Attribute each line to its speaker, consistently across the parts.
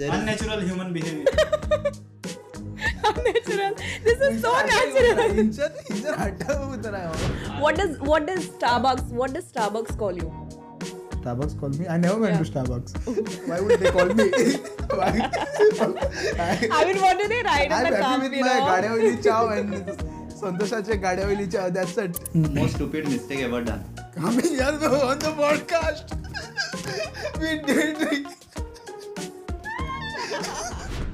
Speaker 1: There is-
Speaker 2: unnatural human behaviour
Speaker 3: natural. This is so natural.
Speaker 1: हिंचर हिंचर हट्टा उतर आहे
Speaker 3: What does what does Starbucks what does Starbucks call you?
Speaker 1: Starbucks called me. I never went to
Speaker 3: Yeah.
Speaker 1: Starbucks. Why would they call me? Why? I,
Speaker 3: I mean, what do they write in
Speaker 1: I'm
Speaker 3: the
Speaker 1: happy
Speaker 3: cup?
Speaker 1: with
Speaker 3: You
Speaker 1: my
Speaker 3: know?
Speaker 1: गाड्यावली चाव and संतोषाचे गाड्यावली चाव. That's it.
Speaker 4: Most stupid mistake ever done
Speaker 1: Coming here on the podcast. We did it.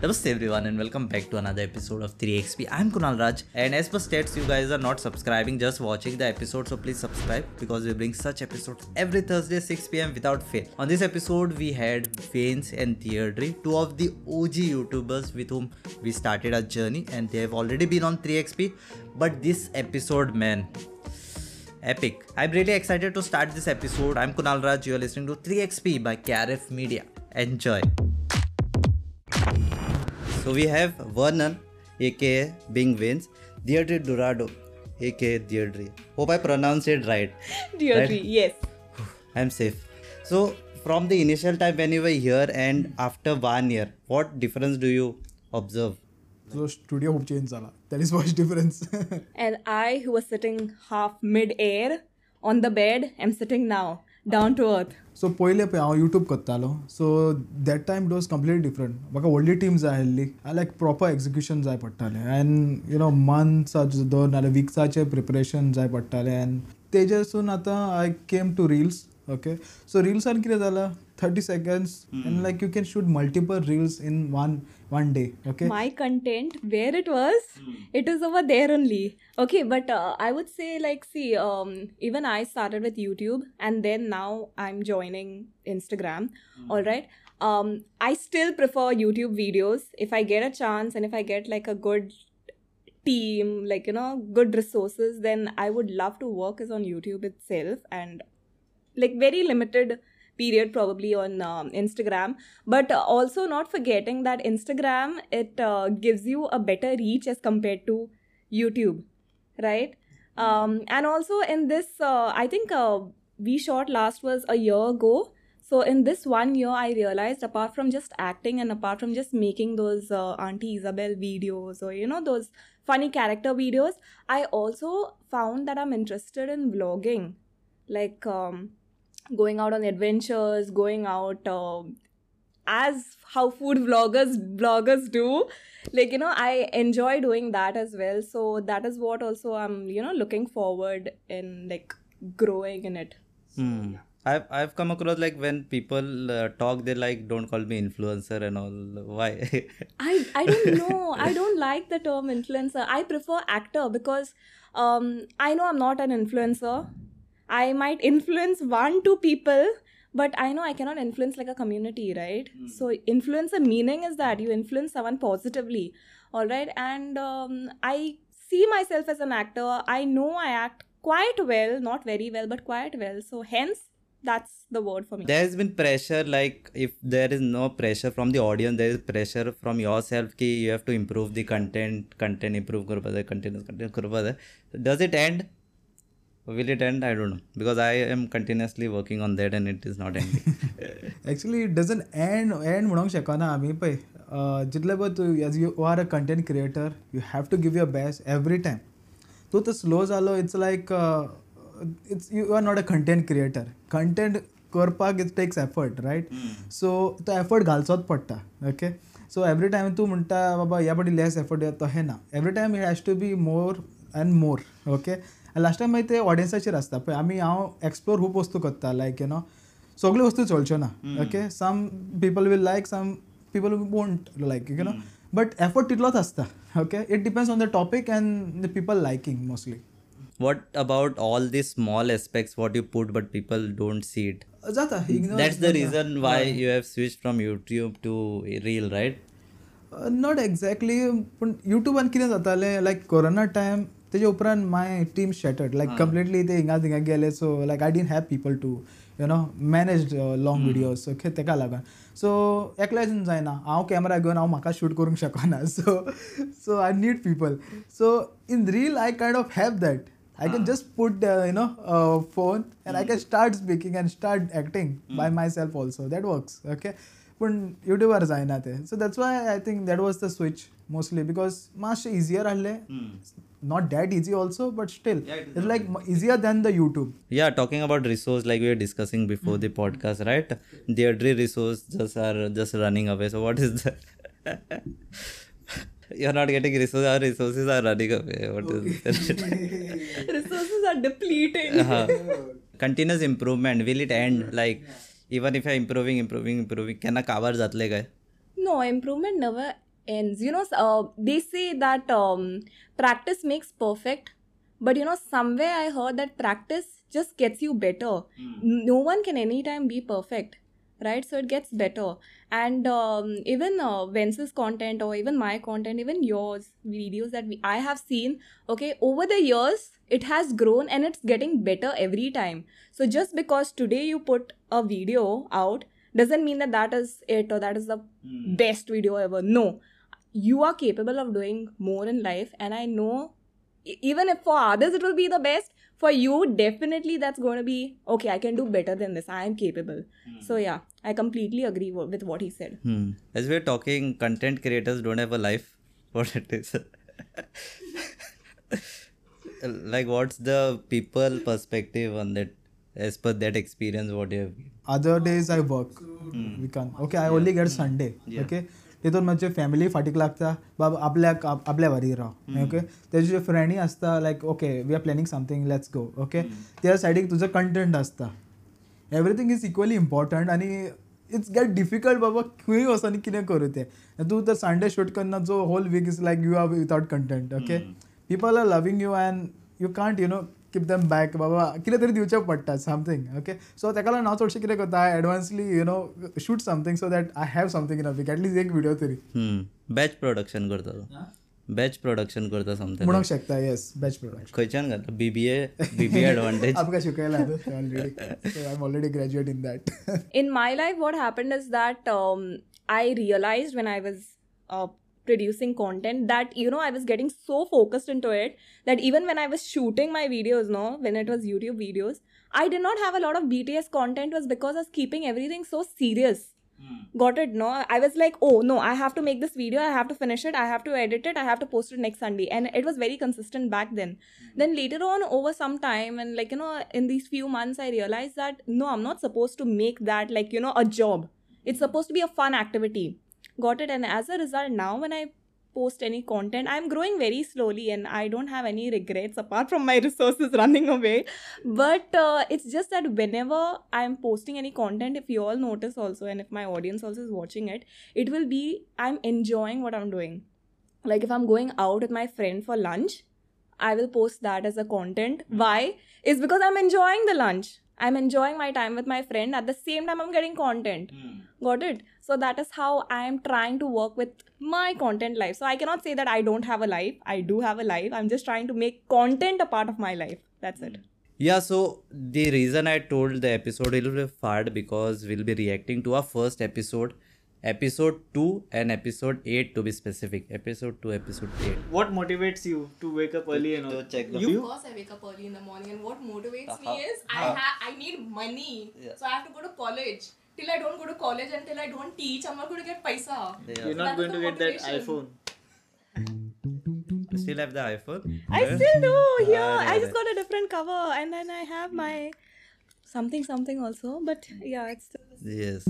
Speaker 4: Namaste everyone and welcome back to another episode of 3XP. I'm Kunal Raj and as per stats you guys are not subscribing just watching the episode so please subscribe because we bring such episodes every Thursday 6pm without fail. On this episode we had Vince and Deirdre, two of the OG YouTubers with whom we started our journey and they have already been on 3XP but this episode man epic. I'm really excited to start this episode. I'm Kunal Raj, you're listening to 3XP by KRF Media. Enjoy. So we have Vernon, aka Bing Vince, Deirdre Durado, aka Deirdre. Hope I pronounced it right.
Speaker 3: Deirdre,
Speaker 4: Right?
Speaker 3: yes.
Speaker 4: I'm safe. So from the initial time when you were here and after one year, what difference do you observe?
Speaker 1: So studio खूप change झाला. That is much difference.
Speaker 3: And I, who was sitting half mid-air on the bed, am sitting now down to earth.
Speaker 1: So पयले पळय हांव YouTube करतालो so that time it was complete different म्हाका व्हडली team जाय आसली like proper execution जाय पडटालें एन्ड यु नो मंथ्साचें दोन नाल्यार विक्साचें प्रिपरेशन जाय पडटालें एन्ड तेजेसून आतां I came to reels okay so रिल्सान कितें जालां thirty seconds and like you can shoot multiple reels in one one day okay
Speaker 3: My content, where it was, it is over there only. Okay, but uh, I would say, like, see, um, even I started with YouTube and then now I'm joining Instagram. All right. Um, I still prefer YouTube videos. If I get a chance and if I get like a good team, like, you know, good resources, then I would love to work is on YouTube itself and like very limited period probably on um, instagram but uh, also not forgetting that instagram it uh, gives you a better reach as compared to youtube right um, and also in this uh, i think uh, we shot last was a year ago so in this one year i realized apart from just acting and apart from just making those uh, auntie isabel videos or you know those funny character videos i also found that i'm interested in vlogging like um, going out on adventures going out um, as how food vloggers vloggers do like you know i enjoy doing that as well so that is what also i'm you know looking forward in like growing in it
Speaker 4: Hmm. I've, I've come across like when people uh, talk, they like, don't call me influencer and all. Why?
Speaker 3: I, I don't know. I don't like the term influencer. I prefer actor because um, I know I'm not an influencer. I might influence one, two people, but I know I cannot influence like a community, right? So, influencer meaning is that you influence someone positively, all right? And um, I see myself as an actor. I know I act quite well, not very well, but quite well. So, hence, that's the word for me.
Speaker 4: there has been pressure like if there is no pressure from the audience there is pressure from yourself ki you have to improve the content content improve करपा जाय continuous continue करपा जाय does it end will it end i don't know because i am continuously working on that and it is not ending
Speaker 1: actually it doesn't end end म्हणूंक शकना आमी पळय अह, जितले पळय तूं as you are a content creator you have to give your best every time तूं तो स्लो जालो it's like it's you are not a content creator content करपाक it takes effort right so तो एफर्ट घालचोच पडटा okay so every time तूं म्हणटा बाबा ह्या फाटी लेस एफर्ट दिया तहें ना every time it has to be more and more okay last time मागीर ते ऑडियन्साचेर आसता पळय आमी हांव एक्सप्लोर खूब वस्तू करता लायक यू नो सगळ्यो वस्तू चलच्यो ना okay some people will like some people won't like you know but effort तितलोच आसता okay it depends on the topic and the people liking mostly
Speaker 4: what about all the small aspects what you put but people don't see it
Speaker 1: जाता ignore-
Speaker 4: that's the reason why you have switched from youtube to reel right
Speaker 1: not exactly पूण युट्यूबान कितें जातालें like corona time तेज्या उपरांत my team shattered like completely ते हिंगा थिंगा गेले so like I didn't have people to you know manage long videos okay तेका लागून सो एकल्याच्यान जायना हांव कॅमेरा घेवन हांव म्हाका शूट करूंक शकना so so I need people so in reel I kind of have that I
Speaker 4: Ah.
Speaker 1: Can just put you know
Speaker 4: Hmm.
Speaker 1: Phone and I can start speaking and start acting by myself also that works okay पूण युट्यूबार जायना ते so that's why I think that was the switch mostly because मातशें easier आहलें not that easy also but still
Speaker 4: Hmm. Yeah, it is
Speaker 1: it's like m- easier than the youtube
Speaker 4: Yeah, talking about resource like we were discussing before the podcast, right? Their three resource just are just running away. So what is that? You're not getting resources. Our resources are running away. What is that?
Speaker 3: Resources are depleting.
Speaker 4: Uh-huh. Continuous improvement. Will it end? Like even if I'm improving, improving, improving, can I cover जातले काय?
Speaker 3: No, improvement never ends. You know, s- uh, they say that um, practice makes perfect, but you know, somewhere I heard that practice just gets you better. No one can anytime be perfect, right? So it gets better. And um, even uh, Vence's content, or even my content, even yours videos that we, I have seen, okay, over the years, it has grown and it's getting better every time. So just because today you put a video out doesn't mean that that is it or that is the best video ever. No, you are capable of doing more in life, and I know e- even if for others it will be the best, for you definitely that's going to be okay. I can do better than this. I am capable. So yeah, I completely agree wo- with what he said.
Speaker 4: Hmm. As we're talking, content creators don't have a life. What it is. like, what's the people perspective on that? As per that experience, what you have.
Speaker 1: other days i work we can okay i only get sunday okay तितून माझे family फाटीक लागता बाबा आपल्याक आप- आपल्या वारी Rao okay तेजे जे फ्रेंडी आसता like okay we are planning something let's go okay त्या सायडीक तुजो कंटेंट आसता एवरीथींग इज इक्वली इम्पॉर्टंट आनी इट्स गेट डिफिकल्ट बाबा खंय वचोन कितें करूं तें आनी तूं तर संडे शूट करना जो whole week is like you are without content okay people are loving you and you can't you know keep them back बाबा कितें तरी दिवचें पडटा समथींग ओके सो तेका लागून हांव चडशें कितें करता I advancely you know shoot something so that I have something in a week at least एक व्हिडिओ तरी
Speaker 4: Hmm. Batch production करता तो batch production करता something.
Speaker 1: म्हणूंक शकता येस बॅच प्रोडक्ट
Speaker 4: खंयच्यान घालता बीबीए बीबीए ऍडव्हान्टेज
Speaker 1: आमकां शिकयला already so I am already graduate in that
Speaker 3: in my life what happened is that um, i realized when i was uh, producing content that you know i was getting so focused into it that even when i was shooting my videos no when it was youtube videos i did not have a lot of bts content was because i was keeping everything so serious got it no i was like oh no i have to make this video i have to finish it i have to edit it i have to post it next sunday and it was very consistent back then then later on over some time and like you know in these few months i realized that no i'm not supposed to make that like you know a job it's supposed to be a fun activity got it and as a result now when i post any content i'm growing very slowly and i don't have any regrets apart from my resources running away but uh, it's just that whenever i'm posting any content if you all notice also and if my audience also is watching it it will be i'm enjoying what i'm doing like if i'm going out with my friend for lunch i will post that as a content why is because i'm enjoying the lunch i'm enjoying my time with my friend at the same time i'm getting content got it so that is how i am trying to work with my content life so i cannot say that i don't have a life i do have a life i'm just trying to make content a part of my life that's it
Speaker 4: Yeah, so the reason I told the episode will be hard because we'll be reacting to our first episode, episode 2 and episode 8 to be specific. Episode 2, episode 8.
Speaker 2: What motivates you to wake up early and all?
Speaker 4: to check the-
Speaker 2: you,
Speaker 5: course I wake up early in the morning and what motivates me is I ha- I need money. So I have to go to college. Till I don't go to college and till I don't teach, I'm not going to get paisa.
Speaker 2: you're not
Speaker 5: That's
Speaker 2: going to
Speaker 5: the
Speaker 2: get that iPhone.
Speaker 5: motivation.
Speaker 4: You still have the iPhone?
Speaker 3: I still do.
Speaker 4: Ah,
Speaker 3: Here,
Speaker 4: yeah,
Speaker 3: I just
Speaker 4: yeah.
Speaker 3: got a different cover, and then I have my something something also. But yeah, it's still the
Speaker 4: Yes.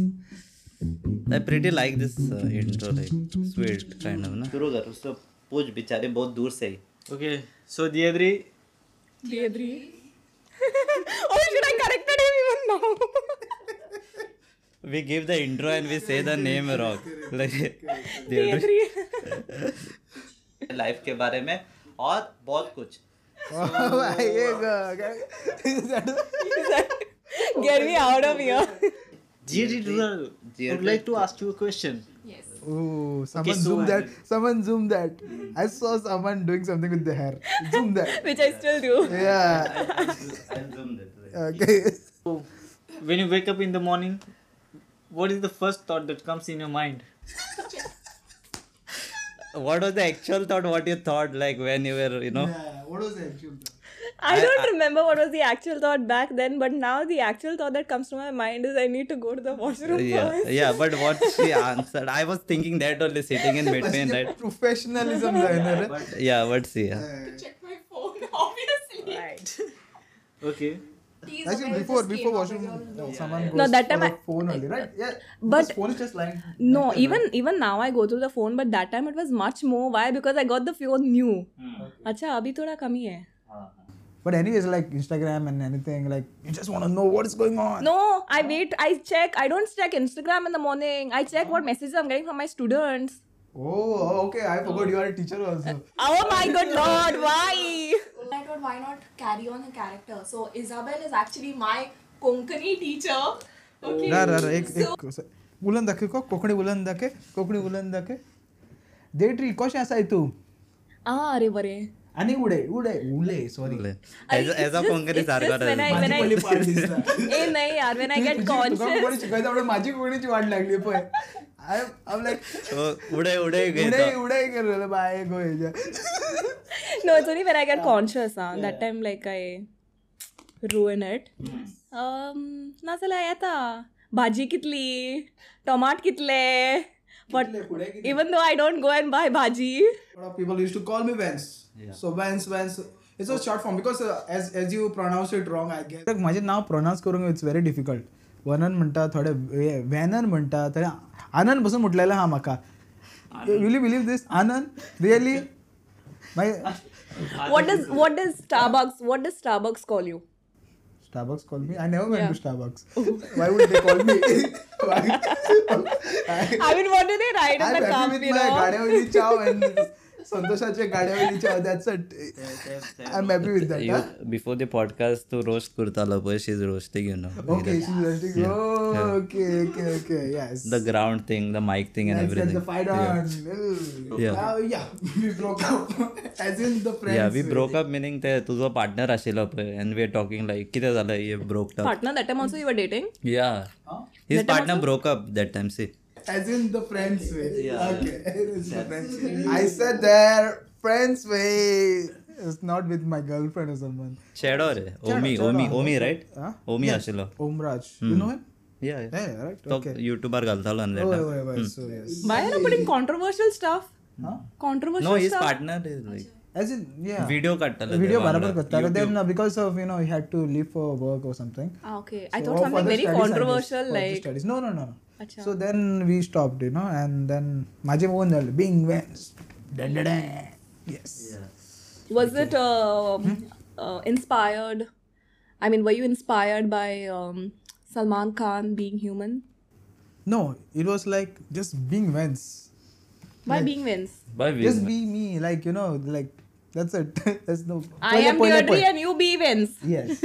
Speaker 4: I pretty like this uh, intro, like sweet kind of, ना शुरू कर उसको पूछ बेचारे बहुत दूर से ही
Speaker 2: Okay, so Diadri,
Speaker 3: same. oh, should I corrected him even now?
Speaker 4: we give the intro and we say the name wrong like Deodri.
Speaker 3: Three.
Speaker 4: Life के बारे में और बहुत कुछ
Speaker 3: Get me out of here.
Speaker 2: Diadri Dural would like to ask you a question.
Speaker 5: Yes.
Speaker 1: Ooh, someone
Speaker 2: so
Speaker 1: zoom
Speaker 2: I-
Speaker 1: that. Someone zoom that. I saw someone doing something with the hair. Zoom that.
Speaker 3: Which I still do.
Speaker 1: Yeah. Okay.
Speaker 2: So, when you wake up in the morning, what is the first thought that comes in your mind?
Speaker 4: what was the actual thought what you thought like when you were you know
Speaker 1: What was that?
Speaker 3: I don't remember what was the actual thought back then, but now the actual thought that comes to my mind is I need to go to the washroom
Speaker 4: yeah,
Speaker 3: first.
Speaker 4: yeah, but what she answered, I was thinking that only sitting in between, right?
Speaker 1: Professionalism जाय ना रे
Speaker 4: Yeah, but see, yeah.
Speaker 5: to check my phone, obviously.
Speaker 3: Right.
Speaker 2: Okay.
Speaker 5: Tease
Speaker 1: Actually,
Speaker 5: away,
Speaker 1: before
Speaker 5: just
Speaker 1: before
Speaker 5: came up
Speaker 1: washroom,
Speaker 5: with your-
Speaker 1: no, someone goes
Speaker 3: No, that time
Speaker 1: for
Speaker 3: I-
Speaker 1: a phone only, right? Yeah,
Speaker 3: But-
Speaker 1: this phone is just lying.
Speaker 3: No, even even now I go through the phone, but that time it was much more. Why? Because I got the phone new. अच्छा अभी थोड़ा कमी है.
Speaker 1: But anyways, like Instagram and anything, like you just want to know what is going on.
Speaker 3: No, I wait. I check. I don't check Instagram in the morning. I check what messages I'm getting from my students.
Speaker 1: Oh, okay. I forgot you are a teacher also.
Speaker 3: Oh my good lord! Why?
Speaker 5: I thought, Oh why not carry on her character? So Isabel is actually my Konkani teacher. Okay.
Speaker 1: रा रा रा एक एक उलन दाखे को कोंकणी उलन दाखे कोंकणी उलन दाखे देट्री कशें आसाय तूं
Speaker 3: Ah, अरे बरे.
Speaker 1: आनी उडय उडय उलय sorry
Speaker 4: as, as a
Speaker 3: just-
Speaker 4: Konkani
Speaker 3: it's just when I-
Speaker 4: sarkar,
Speaker 3: when I- ए नाही यार Eh, when I get conscious.
Speaker 1: शिकयता म्हणून माझी कोंकणीची वाट लागली पळय आय आय लायक
Speaker 4: उडे उडे
Speaker 1: उडय
Speaker 4: घेता.
Speaker 1: उडय करलेलो बाय गोंयच्या
Speaker 3: no, it's only when I get conscious. Huh? That time, like, I ruin it. Um, नाचला येता भाजी कितली टोमाट कितले but even though I don't go and buy भाजी
Speaker 1: lot of people used to call me Vance. So Vance, Vance. It's a short form because uh, as as you pronounce it wrong, I guess. माझे नाव pronounce करूंक it's very difficult. वनन म्हणटा थोडे वे- वॅनन म्हणटा थोडे आनंद पासून म्हटलेलं हा म्हाका will you believe this Anand really my
Speaker 3: what does what does starbucks what does starbucks call you
Speaker 1: Starbucks call me I never went to Starbucks why would they call me
Speaker 3: i mean what do they write in
Speaker 1: I'm
Speaker 3: the
Speaker 1: happy
Speaker 3: cup
Speaker 1: with
Speaker 3: you
Speaker 1: my
Speaker 3: know
Speaker 1: गाड्यावली चाव and संतोषाचे गाड्यावली चाव that's it I'm happy with that huh?
Speaker 4: You, before the podcast, तू roast करतालो पळय, she's roasting, you know.
Speaker 1: Okay, she's resting.
Speaker 4: Yeah.
Speaker 1: Oh, okay, okay, okay. Yes.
Speaker 4: The ground thing, the mic thing, and
Speaker 1: That's- that's
Speaker 4: everything.
Speaker 1: the fight
Speaker 4: Yeah.
Speaker 1: on. Ugh.
Speaker 4: Yeah.
Speaker 1: Uh, yeah, we broke up. As in the friends.
Speaker 4: Yeah, we broke up meaning ते तुझो partner आशिल्लो पळय and we are talking like कितें झालं ये broke up.
Speaker 3: partner that time also you were dating
Speaker 4: Yeah. His partner broke up that time, see.
Speaker 1: As in the friends way. okay, it's the friends way. I said there, friends way. It's not with my girlfriend or someone.
Speaker 4: Shadow रे, Omi, Omi, Omi, right?
Speaker 1: Huh?
Speaker 4: Omi Hmm. आशिल्लो.
Speaker 1: Omraj, you know him?
Speaker 4: Yeah. yeah.
Speaker 1: Yeah, right.
Speaker 4: तो
Speaker 1: Okay.
Speaker 4: युट्यूबार घालतालो आनी
Speaker 1: Oh,
Speaker 4: that
Speaker 1: oh, oh, oh, so yes.
Speaker 3: why are you putting controversial stuff
Speaker 1: Huh?
Speaker 3: controversial
Speaker 4: No, his
Speaker 3: stuff
Speaker 4: partner is like
Speaker 1: As in, yeah.
Speaker 4: video काढतालो ते
Speaker 1: Video
Speaker 4: वांगडा.
Speaker 1: बराबर करता but then uh, because of you know he had to leave for work or something.
Speaker 3: ah, okay i
Speaker 1: So,
Speaker 3: thought
Speaker 1: for the
Speaker 3: something very
Speaker 1: studies, I guess,
Speaker 3: controversial
Speaker 1: for the
Speaker 3: like
Speaker 1: studies. No, no, no. no.
Speaker 3: Acha.
Speaker 1: So then we stopped, you know, and then माझे own झाले बिंग वेन्स Yes.
Speaker 3: was it um,
Speaker 1: Hmm?
Speaker 3: uh, inspired i mean were you inspired by um, salman khan being human
Speaker 1: No, it was like just being Vance.
Speaker 3: by being Vince.
Speaker 4: By
Speaker 1: Just
Speaker 4: Vince.
Speaker 1: be me, like you know, like that's it. There's no.
Speaker 3: I am Deirdre and you be Vince.
Speaker 1: Yes.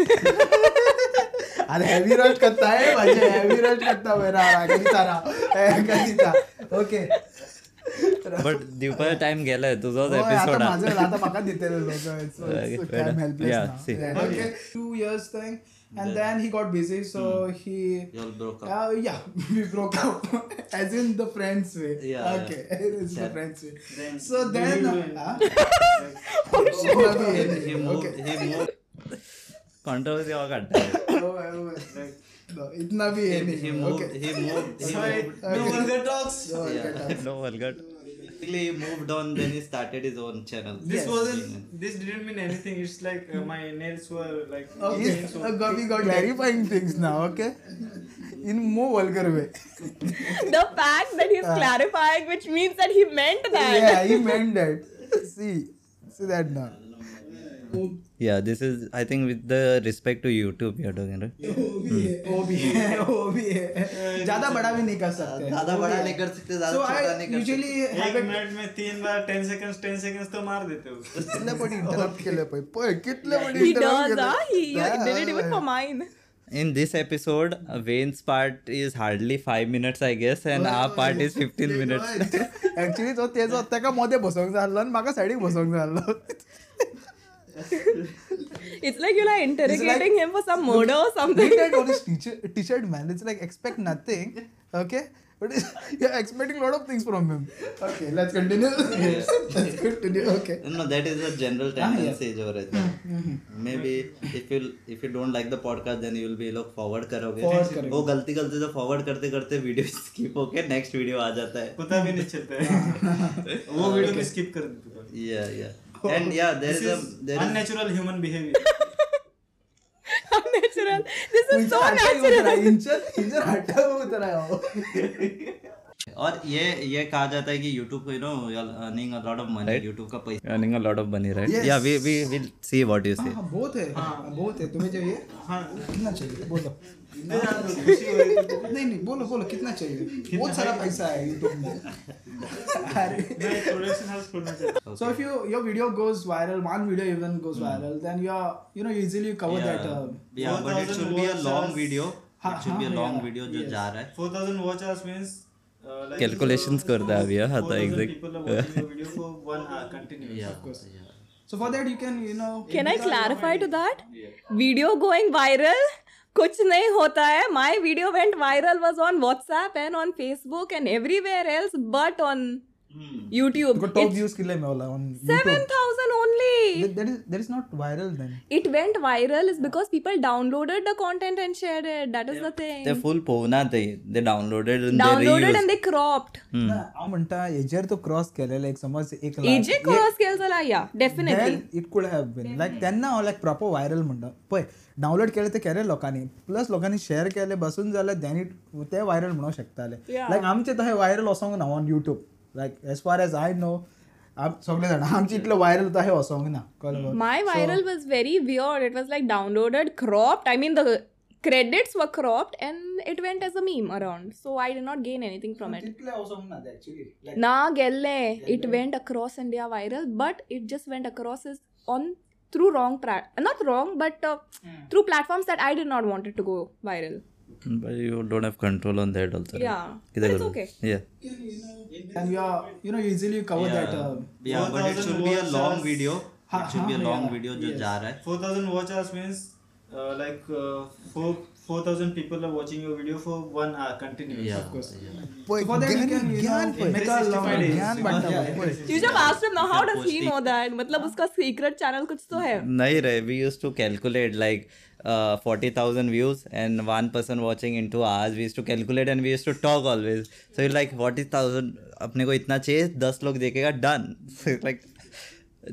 Speaker 1: अरे heavy rush करता है मुझे heavy rush करता है मेरा कहीं तारा कहीं तारा ओके
Speaker 4: But दिवपाचो टाइम गेलाय तुझोच
Speaker 1: Oh, आता
Speaker 4: एपिसोड
Speaker 1: माझं आता म्हाका दिलेले लोक so
Speaker 4: Okay,
Speaker 1: it's
Speaker 4: fair
Speaker 1: I am
Speaker 4: enough.
Speaker 1: Helpless
Speaker 4: Yeah, see.
Speaker 1: Now okay two years thing and then he got busy so
Speaker 4: Hmm.
Speaker 1: he uh, yeah we broke up as in the friends way
Speaker 4: Yeah, yeah.
Speaker 1: okay it's the friends way so then huh?
Speaker 4: Oh,
Speaker 1: Okay. Okay.
Speaker 4: Controversy हो काढता
Speaker 1: Oh, oh, oh. No, इतना भी है नहीं Okay.
Speaker 4: he moved. He moved.
Speaker 1: No
Speaker 4: vulgar talks.
Speaker 1: No vulgar talks.
Speaker 4: no vulgar. Basically, he moved on. Then he started his own channel.
Speaker 2: This
Speaker 1: Yes.
Speaker 2: wasn't. This didn't mean anything. It's like uh, my nails were like.
Speaker 1: Okay.
Speaker 2: itching, so-
Speaker 1: Uh, got- we got clarifying things now okay in more vulgar way
Speaker 3: the fact that he's clarifying, which means that he meant that.
Speaker 1: yeah he meant that see see that now
Speaker 4: Yeah, this is. I think with the respect to YouTube, you're talking right.
Speaker 1: वो भी है वो भी है वो भी है ज्यादा बड़ा भी नहीं कर सकते
Speaker 4: ज्यादा बड़ा नहीं कर सकते, ज्यादा
Speaker 1: So I
Speaker 4: छोटा नहीं कर
Speaker 1: usually
Speaker 2: एक
Speaker 1: have a-
Speaker 2: मिनट में तीन बार 10 seconds 10 seconds तो मार देते हो
Speaker 1: कितने बड़ी interrupt केले पाहिजे. पाह्य, कितले बड़ी
Speaker 3: He
Speaker 1: interrupt
Speaker 3: does,
Speaker 1: केले.
Speaker 3: ah? He
Speaker 1: Yeah.
Speaker 3: did it even for mine.
Speaker 4: In this episode, Wayne's part is hardly five minutes, I guess, and our part is fifteen minutes.
Speaker 1: Actually, तो तेज होता का मध्ये बसोंक जाल्लो आणि म्हाका सायडीक बसोंक जाल्लो
Speaker 3: It's like you're like interrogating him for some murder or something.
Speaker 1: Look at all his teacher, t-shirt man. It's like expect nothing. Okay. But you're expecting a lot of things from him. Okay, let's continue. let's continue. Okay.
Speaker 4: No, that is a general tendency जो रहता है maybe if you if you don't like the podcast then you will be लोग forward Oh, करोगे
Speaker 1: Forward करेंगे।
Speaker 4: वो गलती गलती से forward करते करते video skip होके next video आ जाता है
Speaker 2: पता भी नहीं चलता
Speaker 4: हाँ।
Speaker 2: है वो वीडियो में स्किप कर देते हैं
Speaker 4: yeah yeah and yeah there
Speaker 2: this
Speaker 4: is a
Speaker 2: is
Speaker 4: there is
Speaker 2: unnatural human behaviour
Speaker 3: natural. This is so
Speaker 1: इंजर हटा ही उतरा
Speaker 3: natural.
Speaker 1: है, इंजर इंजर हटा हुआ उतरा है वो।
Speaker 4: और ये ये कहा जाता है कि YouTube को you know you are earning a lot of money YouTube का पैसा earning a lot of money right
Speaker 1: Yes.
Speaker 4: Yeah we we will see what you say
Speaker 1: हाँ, बहुत है बहुत है तुम्हें चाहिए कितना चाहिए बोलो नहीं नहीं बोलो बोलो कितना चाहिए बहुत सारा पैसा है यूट्यूब में अरे
Speaker 2: प्रोडक्शन हाउस खोलना चाहता
Speaker 1: So if you your video goes viral, one video even goes viral, then you're you know usually you cover that. Uh,
Speaker 4: yeah but it should be a
Speaker 2: 4000
Speaker 4: long video
Speaker 1: हाँ,
Speaker 4: it should be a
Speaker 1: हाँ,
Speaker 4: long
Speaker 1: yeah.
Speaker 4: Video जो
Speaker 1: Yes.
Speaker 4: जा रहा है
Speaker 2: 4000 watch hours means uh, like
Speaker 4: Calculations कर रहा है अभी, हाँ, तो
Speaker 2: 4000
Speaker 4: exact-
Speaker 2: people are watching your video for one hour continuous.
Speaker 4: या
Speaker 1: so for that you can you know.
Speaker 3: Can I clarify to that? Video going viral. कुछ नहीं होता है my video went viral was on WhatsApp and on Facebook and everywhere else but on YouTube
Speaker 1: Because top views kill him all on
Speaker 3: seven
Speaker 1: YouTube.
Speaker 3: Thousand only
Speaker 1: That, that is that is not viral then.
Speaker 3: It went viral is because people downloaded the content and share it that is the thing
Speaker 4: ते full पोहना ते they downloaded
Speaker 3: downloaded and they cropped
Speaker 1: ना, हा म्हणता ager तो cross केलेला एक समज एक लाख.
Speaker 3: एजे क्रॉस केलं चला या definitely
Speaker 1: then it could have been like त्यांना लायक प्रॉपर व्हायरल म्हणटा पळय डावनलोड केले ते केले लोकांनी प्लस लोकांनी शेअर केले बसून जाल्यार त्यांनी ते व्हायरल म्हणू शकताले लायक आमचे तशें व्हायरल वसोंक ना on YouTube like as far as I know सगळे जाणा आमचे इतलं व्हायरल तशें वसोंक ना कळ्ळें
Speaker 3: My viral was very weird. It was like downloaded, cropped. I mean, the credits were cropped and it went as a meme around. So I did not gain anything from it.
Speaker 1: तितलें वसोंक ना actually
Speaker 3: Nah, gelle. It went across India viral, but it just went across as on through wrong, pra- not wrong, but uh, through platforms that I did not want it to go viral.
Speaker 4: but you don't have control on that also right?
Speaker 3: Yeah.
Speaker 4: किधर
Speaker 3: But it's
Speaker 4: करूँ?
Speaker 3: okay.
Speaker 4: Yeah.
Speaker 1: and you are you know usually you cover that uh,
Speaker 4: Yeah, but it should be a long video. It should
Speaker 1: हाँ,
Speaker 4: be a long video जो जा रहा है.
Speaker 2: 4000 watch hours means uh, like uh, four 4000 people are watching your video for one hour continuous.
Speaker 4: Yeah.
Speaker 1: पळय ज्ञान ज्ञान पळय मेका लावन, ज्ञान वाटता पळय
Speaker 3: You should have asked him now. How does he know that? मतलब उसका secret channel कुछ तो है.
Speaker 4: नहीं रहे we use to calculate like forty thousand views and one person watching in two hours we use to calculate and we use to talk always so like forty thousand अपने को इतना चाहिए दस लोग देखेगा done like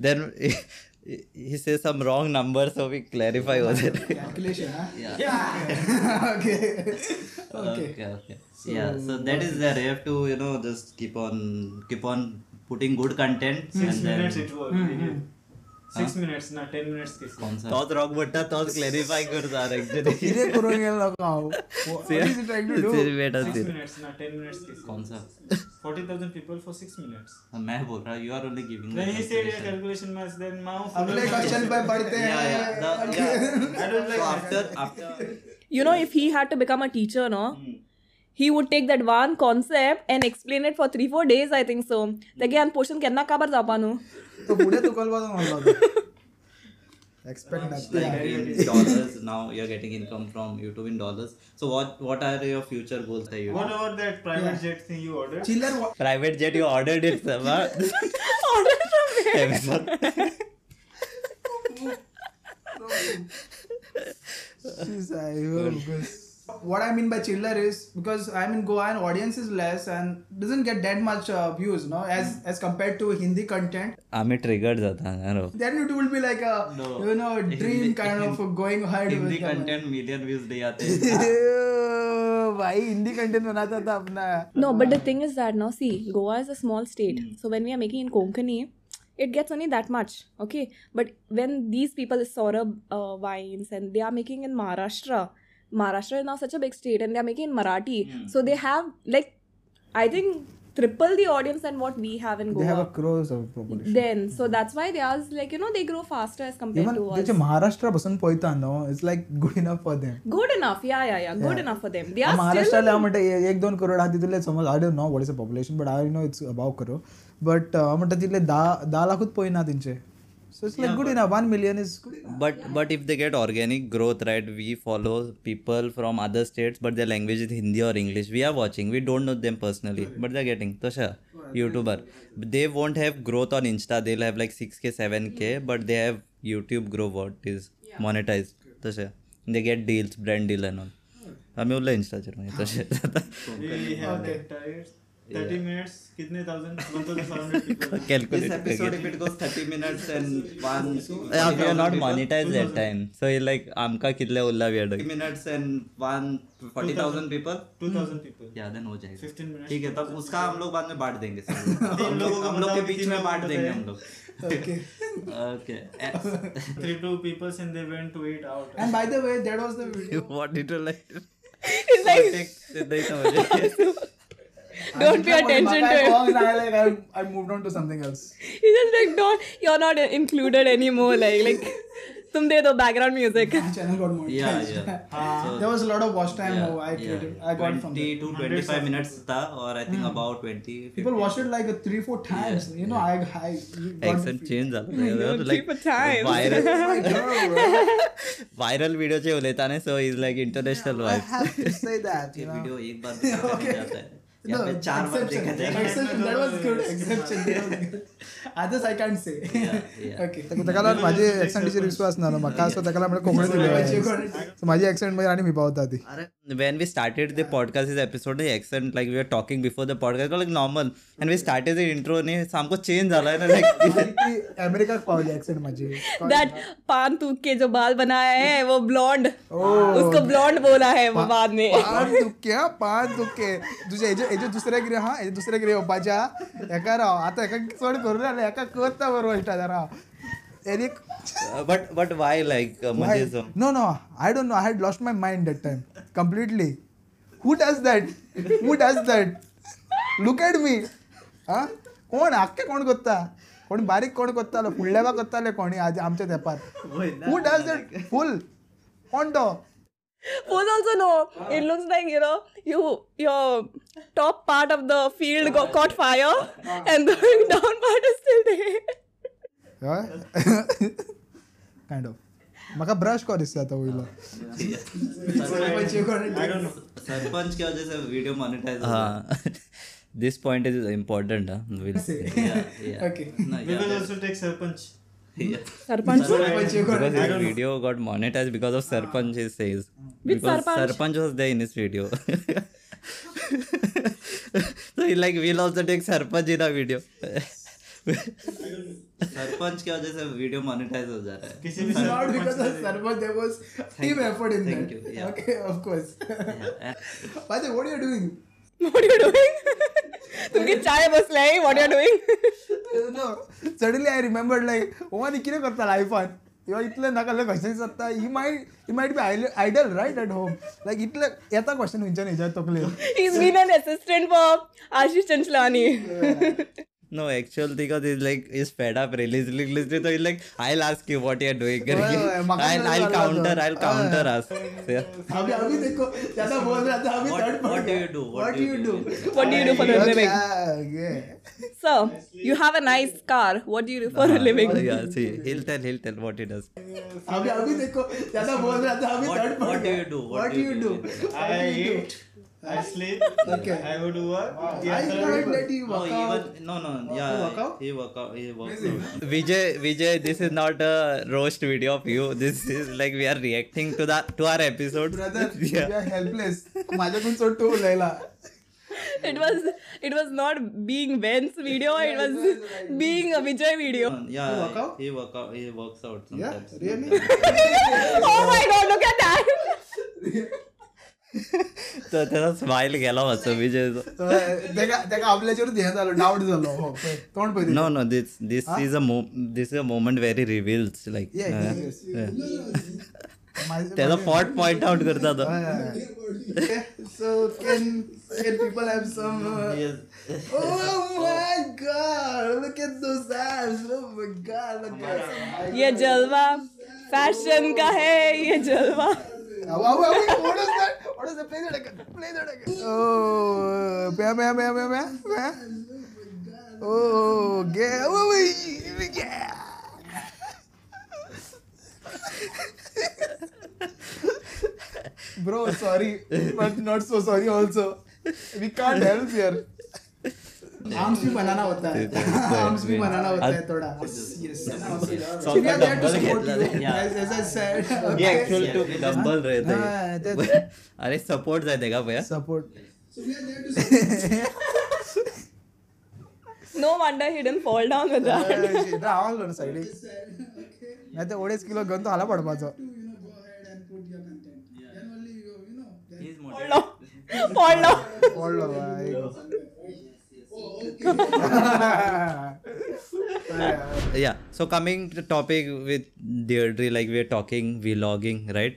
Speaker 4: then he say some wrong number so we clarify हो जाए
Speaker 1: calculation huh? yeah okay okay
Speaker 4: okay okay yeah so that is there you have to you know just keep on keep on putting good content
Speaker 1: Hmm.
Speaker 4: and
Speaker 2: minutes
Speaker 4: then
Speaker 2: it was. video. Six minutes, not ten minutes. किस
Speaker 4: तोच rock बट्टा तोच clarify करता actually
Speaker 1: इरे करून गेलो का uh, what is he trying to do
Speaker 2: Six minutes, not ten minutes. किस
Speaker 4: कौन सा
Speaker 2: Forty thousand people for six minutes.
Speaker 4: हाँ, मैं बोल रहा you are only giving
Speaker 2: When he said your calculation was then now
Speaker 1: अगले क्वेश्चन पे पढ़ते हैं
Speaker 4: after after
Speaker 3: you know if he had to become a teacher no he would take that one concept and explain it for three four days i think so again portion kenna kabar japanu
Speaker 1: तो पुढे तो call वाजून म्हणला होता expect
Speaker 4: like in dollars now you're getting income from YouTube in dollars so what what are your future goals are you
Speaker 2: What about that private jet thing you ordered?
Speaker 1: चिल्लर
Speaker 4: private jet you ordered it Sabah.
Speaker 3: Order from where?
Speaker 4: Amazon.
Speaker 1: Jeez, I will, हो, because- what I mean by chiller is because I mean Goa and audience is less and doesn't get that much uh, views, no, as as compared to Hindi content.
Speaker 4: आम्ही triggered जाता ना रो
Speaker 1: Then it will be like a
Speaker 4: No.
Speaker 1: you know dream
Speaker 4: Hindi-
Speaker 1: kind of going ahead
Speaker 4: Hindi
Speaker 1: with the-
Speaker 4: content million views day आते हैं
Speaker 1: Ew, भाई Hindi content बनाता था अपना
Speaker 3: no but the thing is that now see goa is a small state so when we are making in konkani it gets only that much okay but when these people saurabh uh, vines and they are making in maharashtra maharashtra is now such a big state and they are making in marathi so they have like i think triple the audience than what we have in goa
Speaker 1: they have a crows of population
Speaker 3: then so that's why they are like you know they grow faster as compared
Speaker 1: even
Speaker 3: to us
Speaker 1: जे महाराष्ट्रा पासून पळयता न्हू it's like good enough for them
Speaker 3: good enough yeah yeah yeah good enough for them they are still
Speaker 1: महाराष्ट्राला हांव म्हणटा ए- एक दोन करोड आहा तितूंतले समज I don't know what is a population but I know it's above crore but हांव म्हणटा तितले धा धा लाखूच पळयना तेंचे
Speaker 6: So it's like good enough. One million is good enough.
Speaker 4: But but if they get organic growth, right? We follow people from other states, but their language is Hindi or English. We are watching. We don't know them personally, but they're getting. Tosha, YouTuber, they won't have growth on Insta. They'll have like six k, seven k, but they have YouTube grow what is monetized. Tosha, they get deals, brand deal and all. आम्ही उरलं इंस्टाचे तसे
Speaker 2: We have that tired. 30 minutes, कितने thousand? 1,700 people.
Speaker 7: This
Speaker 4: calculate
Speaker 7: episode, if it goes 30 minutes and one,
Speaker 4: Yeah, we are not
Speaker 7: 40,000 people,
Speaker 4: monetized that time. So it like आमका कितले Urla we are
Speaker 7: 30
Speaker 4: doing.
Speaker 7: minutes and one 40,000 people. Hmm.
Speaker 2: 2,000 people.
Speaker 4: Yeah, then हो जाएगा.
Speaker 2: 15 minutes.
Speaker 7: ठीक है तब उसका हम लोग बाद में बांट देंगे सब।
Speaker 2: तीन
Speaker 7: हम
Speaker 2: लोगों
Speaker 7: लोग
Speaker 2: को
Speaker 7: हम लोग के
Speaker 2: बताओ कि
Speaker 7: बीच
Speaker 2: तीन
Speaker 7: में
Speaker 2: लोग
Speaker 7: बांट देंगे
Speaker 2: बताएं।
Speaker 7: हम लोग
Speaker 6: Okay.
Speaker 4: Okay.
Speaker 2: Three two people and they went to eat out.
Speaker 6: And by the way, that was the video.
Speaker 4: What did you like?
Speaker 3: It's like, don't pay
Speaker 6: I think
Speaker 3: attention
Speaker 6: I
Speaker 3: to him.
Speaker 6: was in my life and I, like, I, I moved on to something else.
Speaker 3: He's just like, don't, you're not included anymore. Like, like, तुम दे दो background music.
Speaker 6: My channel got monetized.
Speaker 4: Yeah, yeah.
Speaker 1: Ah.
Speaker 6: Uh, there was a lot of watch time I created. I got from that.
Speaker 7: 20 to 25 minutes था और I think about 20
Speaker 6: People watched it like a three, four times. you know, I, I you got
Speaker 4: Accent change झाला
Speaker 3: Don't keep a time.
Speaker 4: Viral
Speaker 6: Oh my girl, bro.
Speaker 4: Viral व्हिडिओचे उलयता नाही so is like
Speaker 6: I
Speaker 4: international wise
Speaker 6: have to say that. You know.
Speaker 7: Video एक बार देखा जाता है या
Speaker 6: No,
Speaker 7: फिर चार बार
Speaker 6: exception.
Speaker 7: देखा जाएगा
Speaker 6: Exception. That was good. Exception. That was good. Others I can't say.
Speaker 7: yeah.
Speaker 6: Okay.
Speaker 1: ताका लागून माझी एक्सेंटीचेर विश्वास ना म्हाका असो ताका लागून कोंकणी
Speaker 6: You
Speaker 1: दिली
Speaker 6: got it.
Speaker 1: सो माझी एक्सेंट मध्ये आनी मी पावता ती
Speaker 4: अरे when we started the podcast this episode the accent like we were talking before the podcast it was like normal and we started the intro ने सामको change झाला ना like
Speaker 1: ती अमेरिकाक पावली एक्सेंट माझी
Speaker 3: That पान तू के जो बाल बनाया है वो blonde उसको blonde बोला है वो बाद में
Speaker 1: पान दुखे हा पान दुखे तुझे हेजे हेजे दुसरे कितें हा हेजे दुसरे कितें येवपाच्या हेका राव आतां हेका चड करूं जालें हेका करता बरोबर इश्टा जरा any
Speaker 4: but but why like uh, म्हणजे जो-
Speaker 1: no no I don't know I had lost my mind that time completely who does that who does that look at me हा कोण आख्खे कोण करता कोण बारीक कोण करतालो फुडल्या बा करताले कोणी आज आमच्या तेपार हू डज दॅट फुल कोण तो
Speaker 3: Fools also know. It looks like you know you your top part of the field got caught fire, and the down part is still there.
Speaker 1: Kind of म्हाका brush कर दिसता आतां वयलो
Speaker 2: I don't know.
Speaker 7: Sarpanch की वजह से video monetize
Speaker 4: हाँ this point is important will
Speaker 6: Okay.
Speaker 2: We will also take Sarpanch.
Speaker 3: Sarpanch.
Speaker 4: because his video got monetized because of Sarpanch he says
Speaker 3: Which
Speaker 4: because
Speaker 3: Sarpanch?
Speaker 4: Sarpanch was there in his video so he like we'll also take Sarpanch in our video
Speaker 7: sarpanch की वजह से video monetize हो जा रहा है
Speaker 2: किसी भी
Speaker 6: Not
Speaker 2: Sarpanch
Speaker 6: because of server, there was team effort in
Speaker 7: Thank
Speaker 6: that.
Speaker 7: you, yeah.
Speaker 6: Okay, of course. By the way, what are you doing?
Speaker 3: What are you doing? तुमकी चाय बसलाय what are you doing?
Speaker 1: No suddenly I remember like ओवानी कितें करता लायफान किंवा इतलें नाका आसलें क्वेश्चन जाता he might he might be idle right at home like इतलें येता क्वेश्चन खंयच्यान हेज्या तकलेर
Speaker 3: He's been an assistant for Ashish Chanchlani.
Speaker 4: no actual because he's like he's fed up really so he's like I'll ask you what you're doing
Speaker 1: Oh,
Speaker 4: I'll,
Speaker 1: Makan
Speaker 4: I'll
Speaker 1: Dalal
Speaker 4: counter
Speaker 1: Dalal.
Speaker 4: I'll counter us yeah.
Speaker 6: अभी अभी देखो ज्यादा बोल रहा था अभी
Speaker 7: What-
Speaker 6: third
Speaker 7: what do you do? What
Speaker 6: What
Speaker 7: do
Speaker 6: do
Speaker 7: you
Speaker 6: you
Speaker 7: do?
Speaker 6: do?
Speaker 3: what do you do for a living?
Speaker 1: Yeah.
Speaker 3: So you have a nice car. Ah. What do you do for a living?
Speaker 4: yeah see he'll tell he'll tell what he does
Speaker 6: अभी अभी देखो ज्यादा बोल रहा था अभी
Speaker 7: What-
Speaker 6: third
Speaker 7: what do you do? What
Speaker 6: What
Speaker 7: do
Speaker 6: do
Speaker 7: you
Speaker 6: you do?
Speaker 2: I eat. I sleep. I would work. The
Speaker 6: I
Speaker 2: other
Speaker 6: can't
Speaker 2: people-
Speaker 6: let you
Speaker 7: No,
Speaker 6: walk out.
Speaker 7: even no, no, yeah,
Speaker 6: workout?
Speaker 7: he work out, he works out.
Speaker 4: Vijay, Vijay, this is not a roast video of you. This is like we are reacting to the to our episodes.
Speaker 1: Brother,
Speaker 4: yeah.
Speaker 1: you are helpless. माझ्याकडून सोड तू उलयला
Speaker 3: It was it was not being Ben's video. It was being a Vijay video.
Speaker 7: Yeah,
Speaker 1: He work out?
Speaker 7: he work out, he works out
Speaker 1: Yeah,
Speaker 7: sometimes.
Speaker 1: really?
Speaker 3: oh my god, look at that!
Speaker 4: So त्याचा smile गेला वाटतो विजय.
Speaker 1: तेका तेका आपल्याचेरूच हे जालो doubt जालो हो, पळय. तोंड पळय
Speaker 4: No, no, this this is a mo this is a moment where he reveals like.
Speaker 1: Yeah,
Speaker 4: uh,
Speaker 1: yeah, yes.
Speaker 4: yeah.
Speaker 1: माझे-
Speaker 4: त्याचा पॉट पॉइंट आउट करता तो.
Speaker 1: Yeah, so can can people have some? Uh,
Speaker 7: He is-
Speaker 1: Oh my God! Look at those abs! Oh my God! Look at.
Speaker 3: ये जलवा fashion का है ये जलवा
Speaker 1: Wow, wow, wow, what is that? What is that? Play that again. Play that again. Oh, yeah, yeah, yeah, yeah, yeah, yeah. Oh, yeah. Oh, yeah.
Speaker 8: sorry, but not so sorry also. We can't help here.
Speaker 1: Arms भी बनाना होता
Speaker 4: ते- ते-
Speaker 1: है
Speaker 4: ते-
Speaker 1: arms भी
Speaker 4: ते-
Speaker 1: बनाना होता है
Speaker 4: आत-
Speaker 1: थोड़ा Yes, yes.
Speaker 4: स्वतः
Speaker 1: We are there to
Speaker 4: dumbbell
Speaker 1: support
Speaker 4: घेतला
Speaker 1: you,
Speaker 4: रे. Yeah.
Speaker 1: as- as I said.
Speaker 4: ये
Speaker 1: Okay.
Speaker 4: actual
Speaker 9: Yes,
Speaker 4: तो
Speaker 9: yes.
Speaker 4: डंबल रहते
Speaker 1: हाँ,
Speaker 4: हैं.
Speaker 1: that's-
Speaker 4: अरे सपोर्ट जाते का भैया
Speaker 1: Support.
Speaker 3: No wonder he didn't fall down with that.
Speaker 8: रावलो ना सायडीक नाही तर ओडेच किलो घेऊन तो हाला पडपाचो
Speaker 9: He's
Speaker 3: Fall
Speaker 9: motivated.
Speaker 3: down. Fall down.
Speaker 8: पडलो bye
Speaker 1: Oh,
Speaker 4: yeah so coming to topic with deirdre like we're talking vlogging right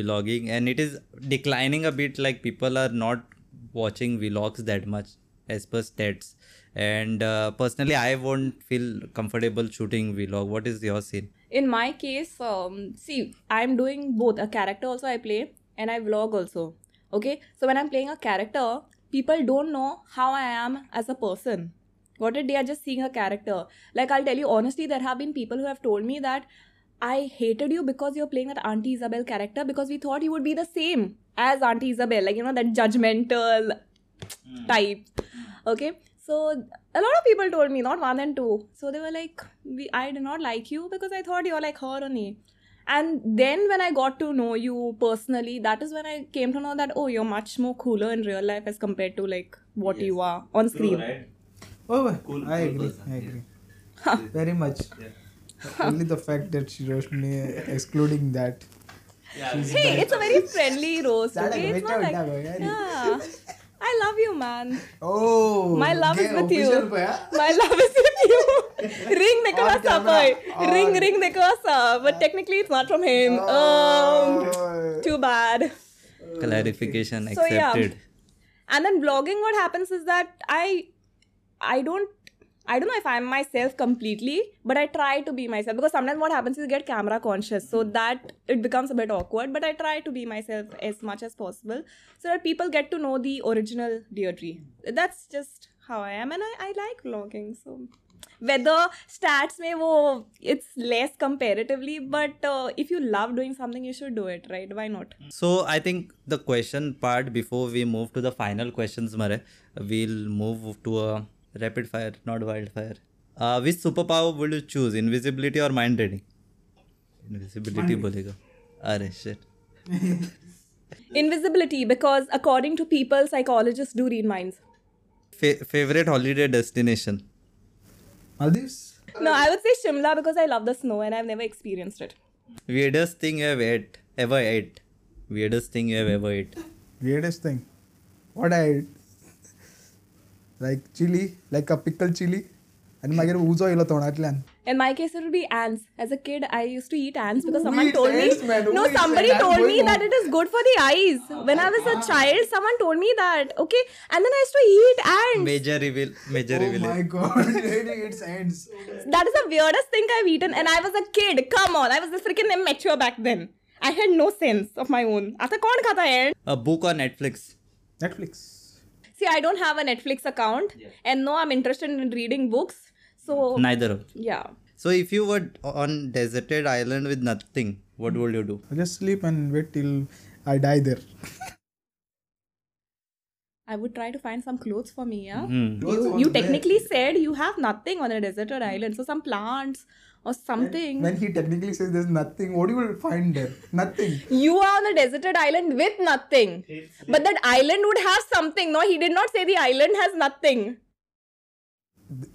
Speaker 4: vlogging and it is declining a bit like people are not watching vlogs that much as per stats and uh, personally i won't feel comfortable shooting vlog what is your scene
Speaker 3: in my case um, see i'm doing both a character also i play and i vlog also okay so when i'm playing a character people don't know how i am as a person what did they are just seeing a character like i'll tell you honestly there have been people who have told me that i hated you because you're playing that auntie isabel character because we thought you would be the same as auntie isabel like you know that judgmental type okay so a lot of people told me not one and two so they were like we, i did not like you because i thought you were like her only and then when i got to know you personally that is when i came to know that oh you're much more cooler in real life as compared to like what you are on screen
Speaker 9: right?
Speaker 1: Oh, I
Speaker 9: Cool- cool
Speaker 1: agree.
Speaker 9: person,
Speaker 1: I agree. Very much. Only the fact that she Roshni excluding that.
Speaker 3: hey it's a very friendly roast
Speaker 8: That
Speaker 3: okay
Speaker 8: I
Speaker 3: it's not
Speaker 8: waited,
Speaker 3: like
Speaker 8: that I-
Speaker 3: yeah i love you man
Speaker 8: Oh,
Speaker 3: my love is
Speaker 8: okay,
Speaker 3: with you
Speaker 8: official पे, हाँ?
Speaker 3: my love is with you ring nicholas
Speaker 8: camera,
Speaker 3: Sapoy. ring
Speaker 8: on.
Speaker 3: ring nicholas uh, but technically it's not from him um
Speaker 8: Oh.
Speaker 3: too bad
Speaker 4: clarification
Speaker 3: Uh, so yeah
Speaker 4: accepted
Speaker 3: and then blogging what happens is that i i don't i don't know if i'm myself completely but i try to be myself because sometimes what happens is you get camera conscious so that it becomes a bit awkward but i try to be myself as much as possible so that people get to know the original deirdre that's just how i am and i, I like vlogging so whether stats may wo, it's less comparatively but uh, if you love doing something you should do it right why not
Speaker 4: So I think the question part before we move to the final questions, Mare, we'll move to a rapid fire, not wildfire. Uh, which superpower would you choose, invisibility or mind reading? Invisibility, bolega. Arey shit.
Speaker 3: Invisibility, because according to people, psychologists do read minds.
Speaker 4: Fa- favorite holiday destination?
Speaker 1: Maldives?
Speaker 3: No, I would say Shimla because I love the snow and I've never experienced it.
Speaker 4: Weirdest thing you have ate, ever ate? Weirdest thing you have ever ate?
Speaker 8: weirdest thing. What I ate? Like chili, like a pickled chili. आणि मागीर उजो येयलो तोंडांतल्यान
Speaker 3: In my case, it would be ants. As a kid, I used to eat ants because
Speaker 8: Who
Speaker 3: someone
Speaker 8: eats
Speaker 3: told
Speaker 8: ants,
Speaker 3: me.
Speaker 8: man? Who Ah.
Speaker 3: no,
Speaker 8: eats
Speaker 3: somebody
Speaker 8: ants? I'm
Speaker 3: told me
Speaker 8: going
Speaker 3: that
Speaker 8: home.
Speaker 3: it is good for the eyes. When I was a child, someone told me that. Okay, and then I used to eat ants.
Speaker 4: Major reveal. Major
Speaker 1: Oh
Speaker 4: reveal.
Speaker 1: my god, it's ends.
Speaker 3: That is the weirdest thing I've eaten, and I was a kid. Come on, I was a freaking immature back then. I had no sense of my own. Ata kaun khata ant?
Speaker 4: A book or Netflix?
Speaker 1: Netflix.
Speaker 3: See, I don't have a Netflix account, and no, I'm interested in reading books.
Speaker 1: Oh.
Speaker 3: So
Speaker 4: Neither of.
Speaker 3: yeah,
Speaker 4: So if you were on deserted island with nothing, what would you do?
Speaker 1: I just sleep and wait till I die there.
Speaker 3: I would try to find some clothes for me. Yeah,
Speaker 4: Hmm.
Speaker 3: you, you technically said you have nothing on a deserted island, so some plants or something.
Speaker 8: when he technically says there's nothing what you will find there nothing
Speaker 3: you are on a deserted island with nothing, but that island would have something. No, he did not say the island has nothing.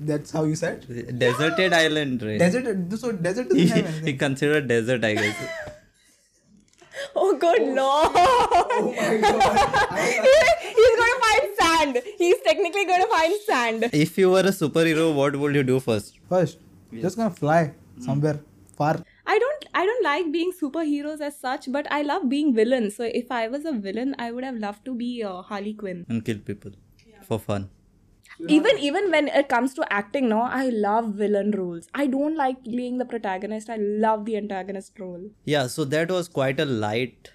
Speaker 8: that's how you said
Speaker 4: Deserted island, right?
Speaker 8: desert so desert doesn't have
Speaker 4: he
Speaker 8: anything
Speaker 4: considered desert, I guess.
Speaker 3: Oh, good lord! He- He's gonna find sand. He's technically gonna find sand.
Speaker 4: if you were a superhero, what would you do first?
Speaker 1: First, just gonna fly somewhere far.
Speaker 3: I don't I don't like being superheroes as such, but I love being villains. So if I was a villain, I would have loved to be uh, Harley Quinn.
Speaker 4: And kill people for fun.
Speaker 3: Even even when it comes to acting, no, I love villain roles. I don't like playing the protagonist. I love the antagonist role.
Speaker 4: Yeah, so that was quite a light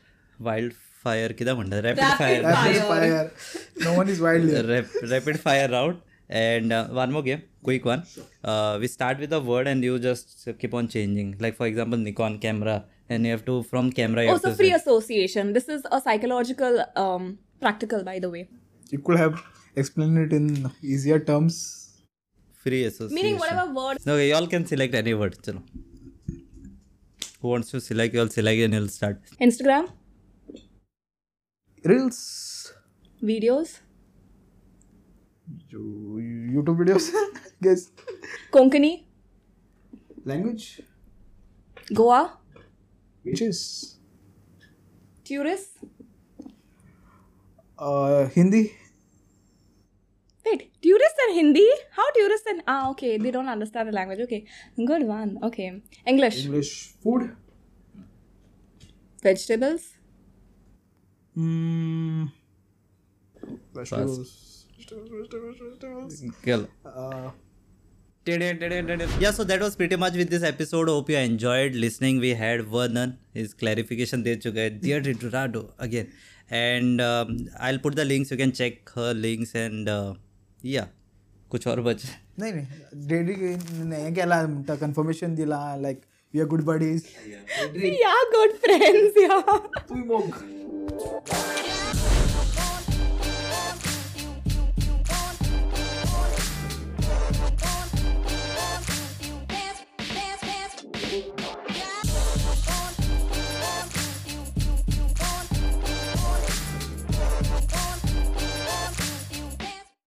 Speaker 4: wildfire. किधर बंदा rapid, fire,
Speaker 8: Rapid fire no one is wild here
Speaker 4: Rap, rapid fire round. And uh, one more game, quick one. Uh, we start with a word and you just keep on changing. Like for example, Nikon camera. and you have to from camera. You
Speaker 3: Oh,
Speaker 4: have
Speaker 3: so
Speaker 4: to
Speaker 3: free
Speaker 4: say-
Speaker 3: association. This is a psychological um, practical, by the way.
Speaker 1: You could have explained it in easier terms.
Speaker 4: free association.
Speaker 3: Meaning, whatever word.
Speaker 4: No, okay, y'all can select any word. Chalo. Who wants to select? Y'all select and you'll start.
Speaker 3: Instagram,
Speaker 1: Reels,
Speaker 3: videos,
Speaker 1: you- YouTube videos, guys.
Speaker 3: Konkani,
Speaker 1: Language,
Speaker 3: Goa,
Speaker 1: beaches,
Speaker 3: tourists.
Speaker 1: uh, Hindi.
Speaker 3: Wait, tourists and Hindi? How tourists and. Ah, okay, they don't understand the language. Okay, good one. Okay, English,
Speaker 1: English food.
Speaker 3: vegetables,
Speaker 1: Mm, vegetables.
Speaker 4: Girl.
Speaker 1: Uh,
Speaker 4: Yeah, so that was pretty much with this episode. Hope you enjoyed listening. We had Vernon, his clarification दे चुका है dear Dorado again, and um, I'll put the links. You can check her links and uh, yeah, कुछ और बच
Speaker 1: नाही नाही daddy नाही केला म्हणता कन्फर्मेशन दिला like you are good buddies
Speaker 3: yeah, good friends, yeah.
Speaker 1: तुम्ही मग